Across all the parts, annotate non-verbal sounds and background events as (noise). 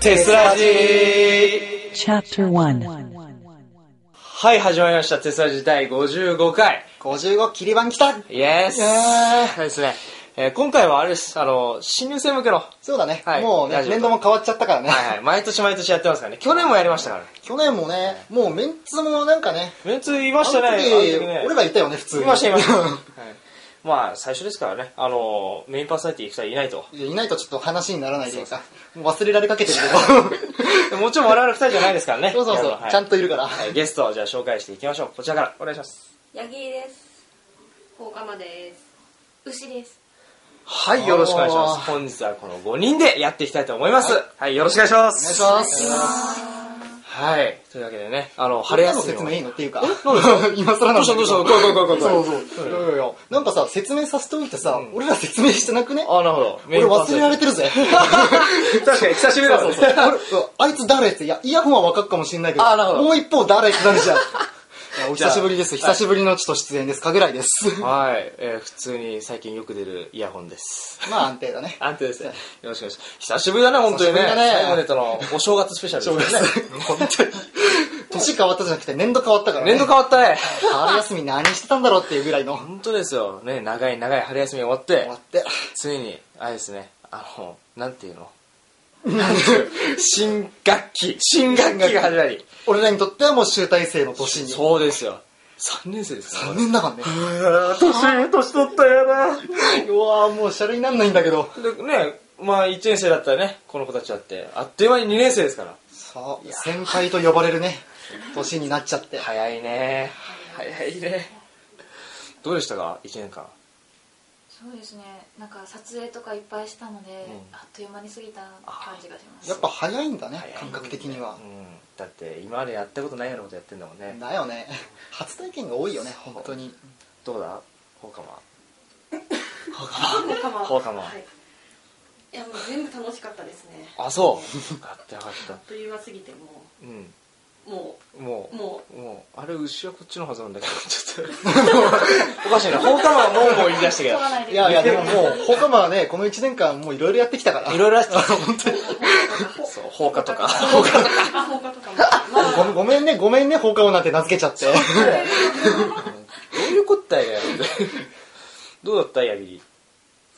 テスラジー Chapter 1はい、始まりました。テスラジー第55回。 55切り板来たイエスイエーイですね。えー今回はあれです。あの、新入生向けの。はそうだね、はいもうねラジオ年度も変わっちゃったからね、いはい。毎年毎年やってますからね。去年もやりましたから。去年もねもうメンツもなんかねメンツいましたね。あの時あの時ね俺らいたよね普通に、いました、いました。はいまあ、最初ですからね。あの、メインパーソナリティ2人いないと。 (laughs) いやいないとちょっと話にならないというかもう忘れられかけてるけどもちろん我々2人じゃないですからね。 (laughs) そうそうそう、はいちゃんといるから、はいゲストをじゃあ紹介していきましょう。こちらからお願いします。ヤギです。放課まです。牛です。はい、よろしくお願いします。あー本日はこの5人でやっていきたいと思います。はい、よろしくお願いします。お願いしますはい、というわけでね、あの、あ晴れれやの休みを説明いいのっていうかうですか (laughs) 今更などうんだけしたどうした来い来い来い来い来いそうそう、いやいやいやなんかさ説明させておいてさ、俺ら説明してなくねあ、なるほど。俺忘れられてるぜ確かに久しぶりだもんね。俺そうあいつ誰って、いや、イヤホンは分かるかもしれないけど、あなるほどもう一方誰ってなる (laughs) じゃん。いやおじゃあ久しぶりです。久しぶりのちょっと出演です。かぐらいです。はい、えー普通に最近よく出るイヤホンです。まあ安定だね。安定ですね。よろしくお願いします。久しぶりだね、本当にね。久しぶりだね最後でとのお正月スペシャルですよね。本当に。年変わったじゃなくて年度変わったからね。年度変わったね。春休み何してたんだろうっていうぐらいの。終本当ですよ。ね、長い長い春休み終わってわ、って。ついに、あれですね、あの、なんて (laughs) いうの新学期、新学期が始まり。俺らにとってはもう集大成の年に。そうですよ。3年生ですか残念だからね。年、年取ったよな。うわぁ、もうシャレになんないんだけど。で、ね、まあ1年生だったらね、この子たちだって、あっという間に2年生ですから。さあ、先輩と呼ばれるね、年になっちゃって。早いね。早いね。どうでしたか ?1 年間。そうですね。なんか撮影とかいっぱいしたので、あっという間に過ぎた感じがします。やっぱ早いんだね早い、感覚的にうはん。。だって、今までやったことないようなことやってんだもんね。だよね。初体験が多いよね、本当に。どうだ放課は。放課も放課もはい、いやもう全部楽しかったですねあ、そう。 (laughs) やってよかったあっ。という間すぎてもうん。うももう。もう。もう。あれ、牛はこっちのはずなんだけど、 (laughs) ちょっと。おかしいな。放課後はもうもう言い出したけうど取。らないでいやいや、でもも (laughs) う、放課間はね、この1年間、もういろいろやってきたから。いろいろあった。本当に。そう、放課とか。放課とか。あ放課とかもまあごめんごめんね、ごめんね、放課後なんて名付けちゃっ (laughs) て。どういうこったいや、どうだったヤギ。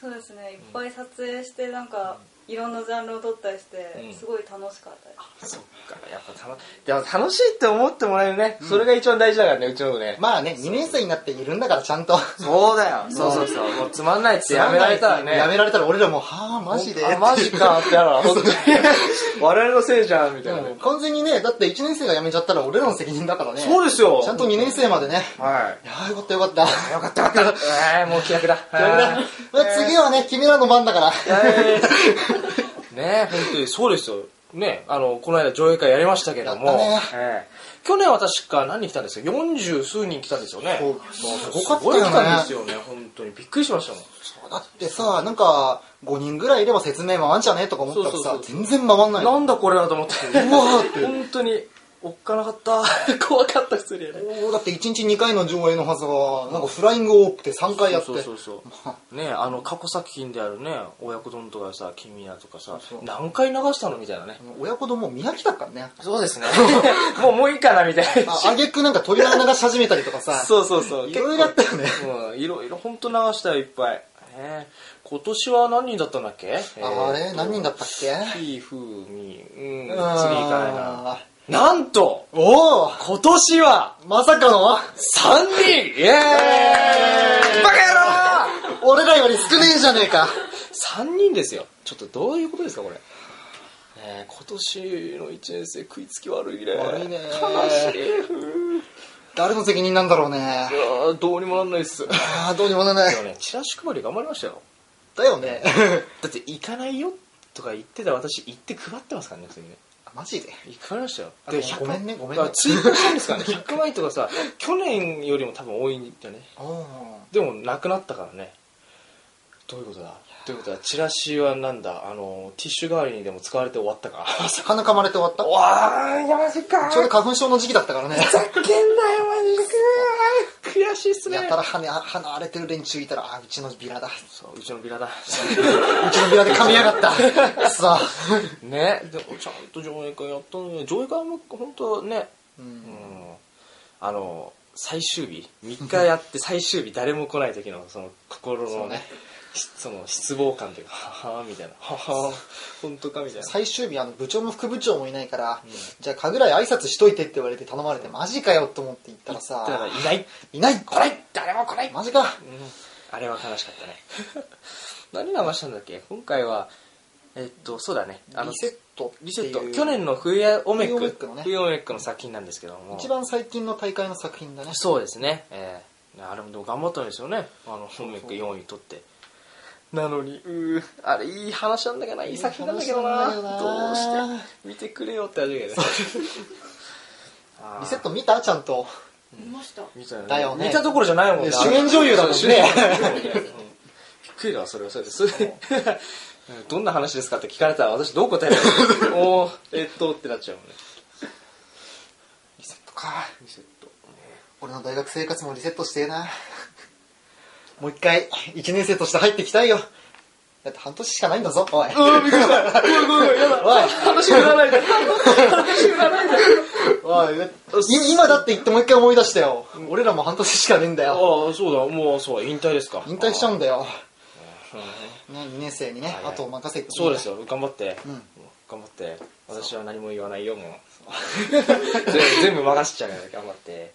そうですねいっぱい撮影してなんかいろんなジャンルを撮ったりして、うんすごい楽しかったですそっか、やっぱ楽、でも楽しいって思ってもらえるね。それが一番大事だからね、うちの子ね。まあね、2年生になっているんだから、ちゃんと。そうだよ。そうそうそう。もうつまんないってやめられたらね。やめられたら俺らもう、はぁ、マジで。あ、マジかってや (laughs) ろ。本当に。我々のせいじゃん、みたいなうねん。完全にね、だって1年生が辞めちゃったら俺らの責任だからね。そうですよ。ちゃんと2年生までね。はいやーよかったよかった。よい。よかったよかった。えーもう気楽だ。気かったまあ次はね、君らの番だから。 (laughs) ねえ、本当に、そうですよ。ねあの、この間上映会やりましたけども、やったねええ去年は確か何人来たんですか ?40 数人来たんですよね。そうすすごかったよねごい来たんですよね、本当に。びっくりしましたもん。だってさ、なんか、5人ぐらいいれば説明回んじゃねとか思ったらそうそさう、そう全然回んない。なんだこれはと思って。うわーって。本当に、おっかなかった。 (laughs) 怖かった、普通にやね。おーだって1日2回の上映のはずが、なんかフライング多くて3回やって。そうそうそうそう。ねあの、過去作品であるね、親子丼とかさ、君やとかさ、何回流したのみたいなね。親子供見飽きたからね。そうですね。 (laughs) もう、もういいかな、みたいな。あ、あげくなんか鳥肌流し始めたりとかさ。そうそうそう。いろいろあったよね。うん、いろいろ本当流したよ、いっぱい。ね今年は何人だったんだっけあれ何人だっったっけけひーふーみー、うん、次次行かないな。なんとおお今年はまさかの3人イエーイバカ野郎俺らより少ねえじゃねえか。 !3 人ですよ。ちょっとどういうことですか、これ。ねえ今年の1年生食いつき悪いね。悪いね悲しいふう誰の責任なんだろうね。うわー。どうにもなんないっす。でああ、どうにもな (laughs) らない。もね、チラシ配り頑張りましたよ。だよね。だって行かないよとか言ってた私行って配ってますからね普通にねマジで。行かれましたよあごめんねごめんね追加したんですからね100枚とかさ去年よりも多分多いんだよねでもなくなったからねどういうことだどういうことだチラシはなんだあのティッシュ代わりにでも使われて終わった (laughs) か魚噛まれて終わったわーやばいかちょうど花粉症の時期だったからね。けんなよマジ悔しいっすねやたら鼻鼻荒れてる連中いたらあうちのビラだそううちのビラだ (laughs) うちのビラで噛みやがったさあ、ねでもちゃんと上映会やったのね上映会も本当ねう、うんんあの最終日3日やって最終日誰も来ない時のその心そのうねねしその失望感というかははみたいなはは本当かみたいな最終日あの部長も副部長もいないから、じゃあ神楽屋挨拶しといてって言われて頼まれてマジかよと思って行ったらだからさいないいない来ない誰も来ないマジかあれは悲しかったね (laughs) 何流したんだっけ今回はえっとそうだねあのリセットっていうリセット去年の冬やオメック冬オメックのね冬オメックの作品なんですけども一番最近の大会の作品だねそうですね、えー、あれもでも頑張ったんですよねあのオメック4位取ってなのにうーあれいい話なんだけどないい作品なんだけどな話なんだけどなどうして見てくれよって味がねリセット見たちゃんと見ました見た,、だよね見たところじゃないもんね主演女優だもんね主演女優だもんねうんびっくりだわそれはそれでそれでどんな話ですかって聞かれたら私どう答えるの (laughs) おーえっとってなっちゃうもんねリセットかリセット俺の大学生活もリセットしてえなもう一回1年生として入ってきたいよだって半年しかないんだぞおいうんびっくりしたごめんごめんごめんやだおい話振らないで話振らないでおいい今だって言ってもう一回思い出したよ俺らも半年しかねえんだよああそうだもうそう引退ですか引退しちゃうんだ、だようんね、2年生にねはいはいあとを任せてそうですよよ頑張って、うん頑張って私は何も言わないよもう (laughs) 全全部任せちゃうから頑張って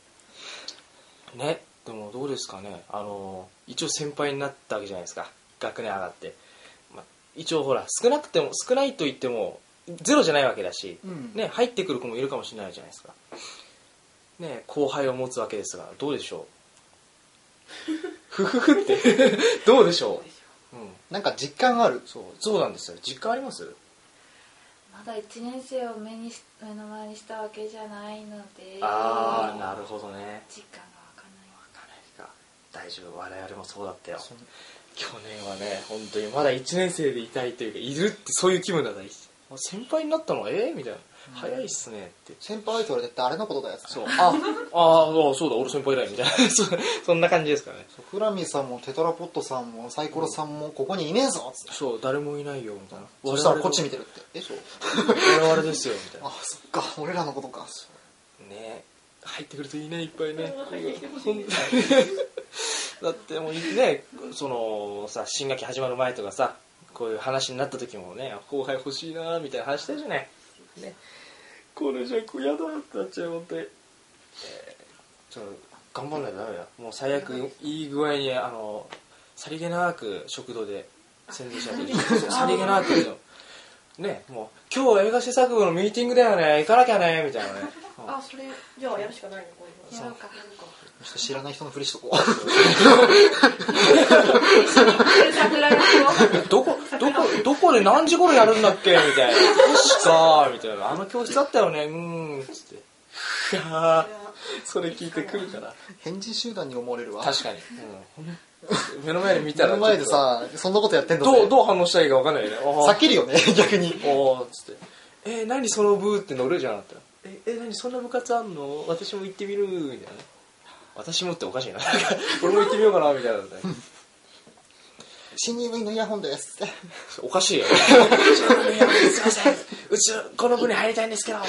ねでもどうですかねあの一応先輩になったわけじゃないですか学年上がって、まあ、一応ほら少なくても少ないと言ってもゼロじゃないわけだし、うんね、入ってくる子もいるかもしれないじゃないですか、ね、後輩を持つわけですがどうでしょ (laughs) うふふふって (laughs) どうでしょう、うん、なんか実感あるそうそうなんですよ実感ありますまだ1年生を目にし目の前にしたわけじゃないのでああなるほどね実感がわかんない大丈夫我々もそうだったよ去年はね本当にまだ1年生でいたいというかいるってそういう気分だったあ先輩になったのええみたいな、早いっすね (laughs) って先輩と俺ってあれのことだよそうああーそうだ俺先輩だよみたいな (laughs) そそんな感じですかねフラミさんもテトラポットさんもサイコロさんもここにいねえぞつってそう誰もいないよみたいなそしたらこっち見てるってえそう我々ですよみたいなあそっか俺らのことかね入ってくるといいねいっぱいね入ってきてほしい本当 (laughs) だってもうねそのさ新学期始まる前とかさこういう話になった時もね後輩欲しいなみたいな話したじゃないねこれじゃこうやだってなっちゃう本当に、えーちょっと頑張んないとダメだよもう最悪いい具合にあのさりげなく食堂で宣伝しなきゃい (laughs) けないそうさりげなくねもう今日は映画制作部のミーティングだよね行かなきゃねみたい (laughs) なねうんあそれじゃあやるしかないのこれやろうかやるかちょっと知らない人のふりしとこ (laughs) う桜の子どこ、どこ、どこで何時頃やるんだっけみたいな。確か、みたいな。あの教室あったよね、うーん、つって。ふはぁ (laughs) それ聞いてくるから。変人集団に思われるわ確かに。うん目の前で見た目ら。の前で、さそんなことやってんだどう、ぜどう反応したらいいか分かんないよね。あー避けるよね (laughs) 逆におー、つって。えー、何その部って乗るじゃんって。え、え、何そんな部活あんの私も行ってみるみたいな。私もっておかしいな。 (laughs) 俺も行ってみようかな、みたいなね。新入部員のイヤホンです (laughs) っておかしいよ。 (laughs) すいません。うち、この部に入りたいんですけど。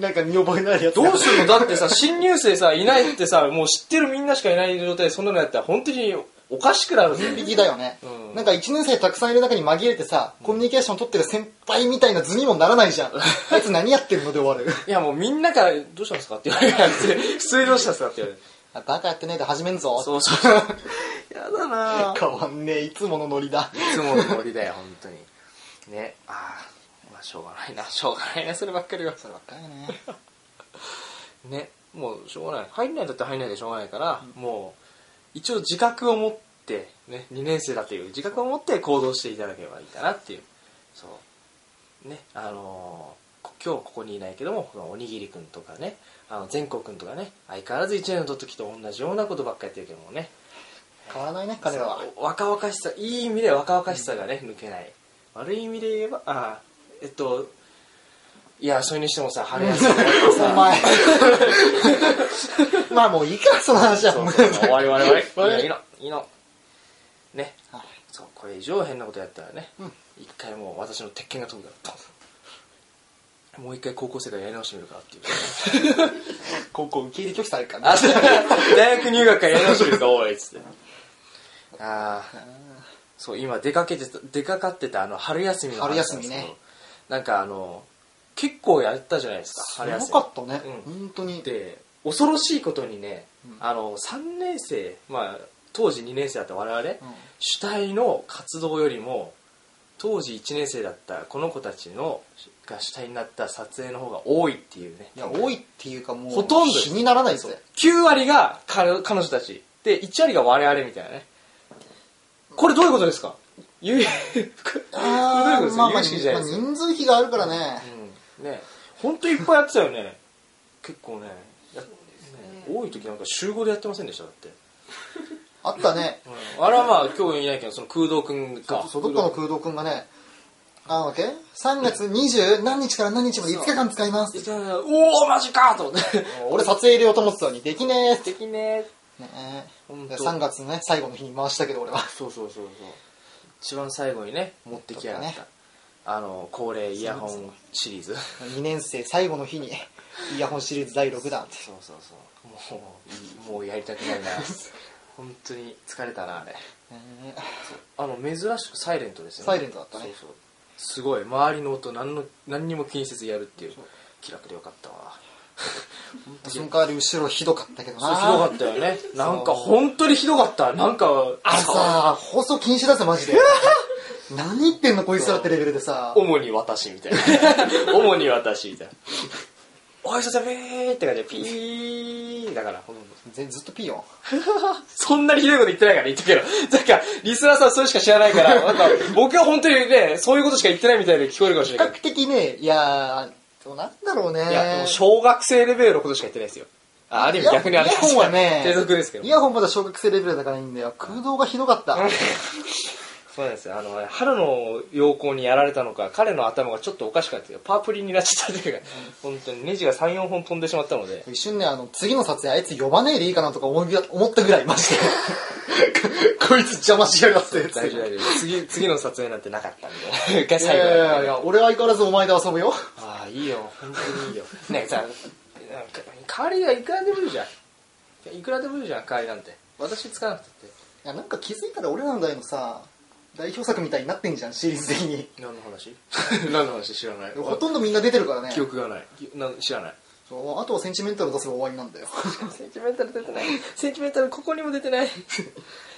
なんか見覚えのあるやつどうするのだってさ、新入生さ、いないってさ、もう知ってるみんなしかいない状態でそんなのやったら、本当におかしくなるぜ。引きだよね、うんなんか1年生たくさんいる中に紛れてさ、コミュニケーション取ってる先輩みたいな図にもなら (laughs) ないじゃんあいつ何やってるので終わるいや、もうみんなから、どうしたんですかって言われるから、普通にどうしたんですかって言われる。あ (laughs) バカやってねえで始めんぞそうそう。やだなぁ。変わんねえいつものノリだいつものノリだよ、本当に。ね、ああ、まあしょうがないな、しょうがないな、そればっかりは。そればっかりねね、もうしょうがない。入んないんだって入んないでしょうがないから、もう、一応自覚を持って、ね、2年生だという自覚を持って行動していただければいいかなっていう。そう。ね、あのーこ今日ここにいないけども、このおにぎりくんとかね、あの、善光くんとかね、相変わらず1年の時と同じようなことばっかりやってるけどもね、変わらないね彼らはそう若々しさいい意味で若々しさがね、抜けない悪い意味で言えばあーえっといやそれにしてもさ春休み終わっておさ (laughs) 前。まあもういいか、その話は。そうそうそう終わり終わり終わりいやいい (laughs) はのいいのねそうこれ以上変なことやったらねうん一回もう私の鉄拳が飛ぶからともう一回高校生からやり直してみるかっていう (laughs) (laughs) 高校受け入れ拒否されるからあね。そう大学入学からやり直してみるかおいっつってああそう今出かけてた出かかってたあの春休みの話なんですけど春休みねなんかあの結構やったじゃないですかす春休みごかったねうん。本当に。で恐ろしいことにね、うんあの3年生、まあ、当時2年生だった我々、うん主体の活動よりも当時1年生だったこの子たちのが主体になった撮影の方が多いっていうねいや、多いっていうかもう、ほとんどです気にならないぜ。 9割が彼彼女たちで1割が我々みたいなねこれどういうことですかゆい (laughs) あどういうことですーまあかまあ、まあ有識じゃないですか人数比があるからね。うんね本当いっぱいやってたよね結構ねやっね多い時なんか週5でやってませんでしただってあったね。あれはまあ今日いないけどその空洞くんかそうどっかの空洞くんがね、あの、け ?3 月20何日から何日まで5日間使いますって。おおマジかと思って俺撮影入れようと思ってたのに、できねえって。敵ねねえ本当3月のね、最後の日に回したけど俺は。そうそうそうそう一番最後にね持ってきやがった、ちょっあの恒例イヤホンシリーズ2年生最後の日に、 (laughs) イヤホンシリーズ第6弾って。そうそうそうもういいもうやりたくないな本当に疲れたなあれねあの珍しくサイレントですよねサイレントだったねそうそうすごい周りの音何の何にも気にせずやるっていう気楽でよかったわえその代わり後ろひどかったけどそな。うひどかったよねなんか本当にひどかったなんかあのさ、放送禁止だぜ、マジ (laughs) で。何言ってんの、こいつらってレベルでさ。主に私みたい (laughs) な主に私みたいなおはようさんピーって感じでピーだからぜずっとピーヨン。そんなにひどいこと言ってないから言ってけどなんかリスナーさんそれしか知らない (laughs) からなんか僕は本当にねそういうことしか言ってないみたいで聞こえるかもし比れない較け的ね、いやー、でもなんだろうね。どいやでも小学生レベルのことしか言ってないですよあある意味逆にあれイヤホンはね低俗ですけどイヤホンまだ小学生レベルだからいいんだよ。空洞がひどかった。 (laughs) そうなんですよあの春の陽光にやられたのか彼の頭がちょっとおかしかったですよパープリンになっちゃったというか本当にネジが34本飛んでしまったの (laughs) で一瞬ね、あの、次の撮影あいつ呼ばねえでいいかなとか思い思ったぐらい、マジ (laughs) で。こいつ邪魔しやがって。大丈夫大丈夫次次の撮影なんてなかったんで (laughs) 一回い最後やいだったんやでいや、俺は相変わらずお前で遊ぶよ。ああいいよ本当 (laughs) にいいよねえさなんか代わりがいくらでもいるじゃんいくらでもいるじゃん代わりなんて私つかなくたっいや、なんか気づいたら俺らの代のさ、代表作みたいになってんじゃん、シリーズ的に。て何の話 (laughs) 何の話知ら (laughs) ないほとんどみんな出てるからね。記憶がないきなん知らないそうあとはセンチメンタル出せば終わりなんだよ。 (laughs) センチメンタル出てないセンチメンタルここにも出てない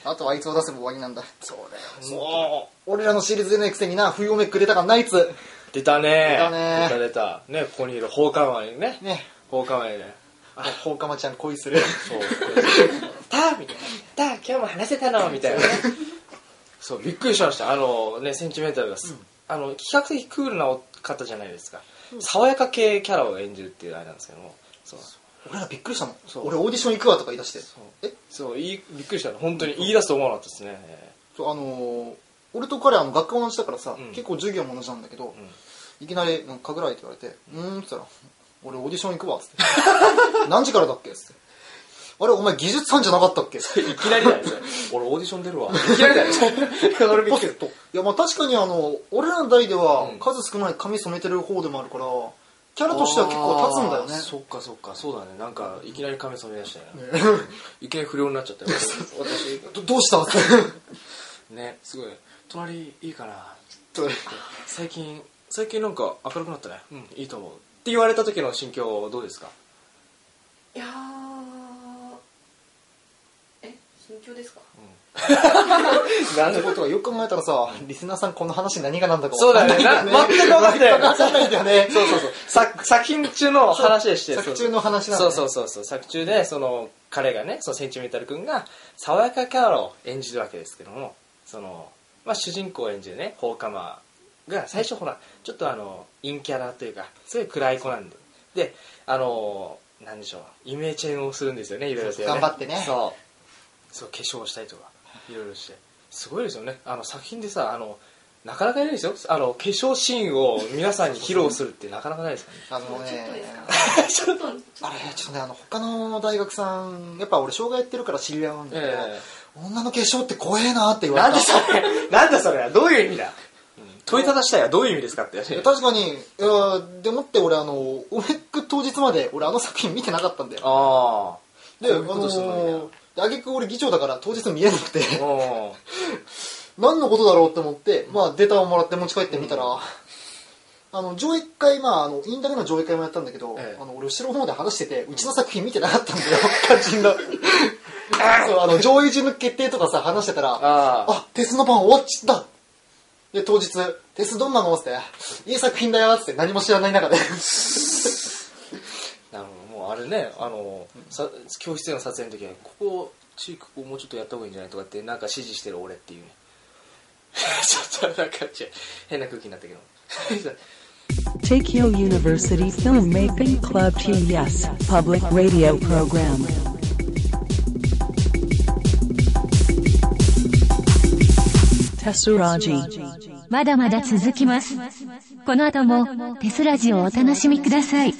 あとはあいつを出せば終わりなんだ。そうだよも俺らのシリーズ出ないくせにな、冬おめくれたからな、あいつ。う出たね出たね出た出たねここにいる放課前に (laughs) ねね。放課前ね放課まちゃん恋する。 (laughs) そう。たーみたいな。たー今日も話せたのみたいなね。そう、びっくりしました。あのね、センチメンタルがす、あの、比較的クールなお方じゃないですか。爽やか系キャラを演じるっていうあれなんですけども。そう。 (laughs) 俺らびっくりしたもんそう俺オーディション行くわとか言い出してそうえそう、いいびっくりしたの。本当に言い出すと思わなかったですね。そうあのー俺と彼あの学科も同じだからさ、うん結構授業も同じなんだけど、うんいきなり「なんか神楽井」って言われて「うーん」っつったら「俺オーディション行くわ」っ (laughs) つって「何時からだっけ?」っつって「あれお前技術さんじゃなかった (laughs) っけ?」いきなりだよ、ね、俺オーディション出るわ。いきなりだよ、ね。 (laughs) 俺びっくりした。いやまあ確かにあの俺らの代ではうん数少ない髪染めてる方でもあるからキャラとしては結構立つんだよあーねそっかそっか、そうだね。なんか、いきなり髪染め出したよね。 (laughs) ねいきなり不良になっちゃ (laughs) ったよ。私、どどうした (laughs) っつっね、すごい。隣いいかな。て最近最近なんか明るくなったねうんいいと思うって言われた時の心境どうですかいやーえ心境ですか (laughs) なんってことはよく考えたらさリスナーさんこの話何がなんだかそうだよねわかん (laughs) なないん全くわかんないよね全くわかんないんだよねそうそうそう作作品中の話でして作中の話なんだそねうそうそうそう作中でその彼がねそのセンチメンタル君が爽やかキャラを演じるわけですけどもその、まあ、主人公を演じるね放火魔が最初ほらちょっとあの陰キャラというかすごい暗い子なんでであのなんでしょうイメチェンをするんですよねいろいろとねそうそう頑張ってねそうそう化粧をしたりとかいろいろしてすごいですよねあの作品でさあのなかなかいないですよあの化粧シーンを皆さんに披露するってなかなかないです (laughs) からねあのもうちょっとでね (laughs) すかちょっとあれちょっとねあの他の大学さんやっぱ俺障害やってるから知り合うんだけど、え女の化粧って怖えなって言なわれんたでそれなんだそれはどういう意味だ、問いただしたいはどういう意味ですかっていや確かにいやでもって俺あのオメック当日まで俺あの作品見てなかったんだよああであこういうことするのみたいなので挙句俺議長だから当日見えなくて (laughs) うん何のことだろうって思って、まあ、データをもらって持ち帰ってみたら、あの上映会まああのインタビューの上映会もやったんだけど、ええあの俺後ろの方で話しててうちの作品見てなかった (laughs) んだよ肝心な (laughs) そうあの上映時の決定とかさ話してたらあああ、鉄のパン終わっちゃったで、当日、鉄どんなのって、いい作品だよっつって何も知らな (laughs) い中で。なるほどもうあれねあのさ教室での撮影の時はここチークここもうちょっとやった方がいいんじゃないとかってなんか指示してる俺っていうね (laughs) ちょっとなんか違う変な空気になったけど Tokyo University Filmmaking Club TES Public Radio Program. Tessuraji. まだまだ続きます。この後もテスラジをお楽しみください。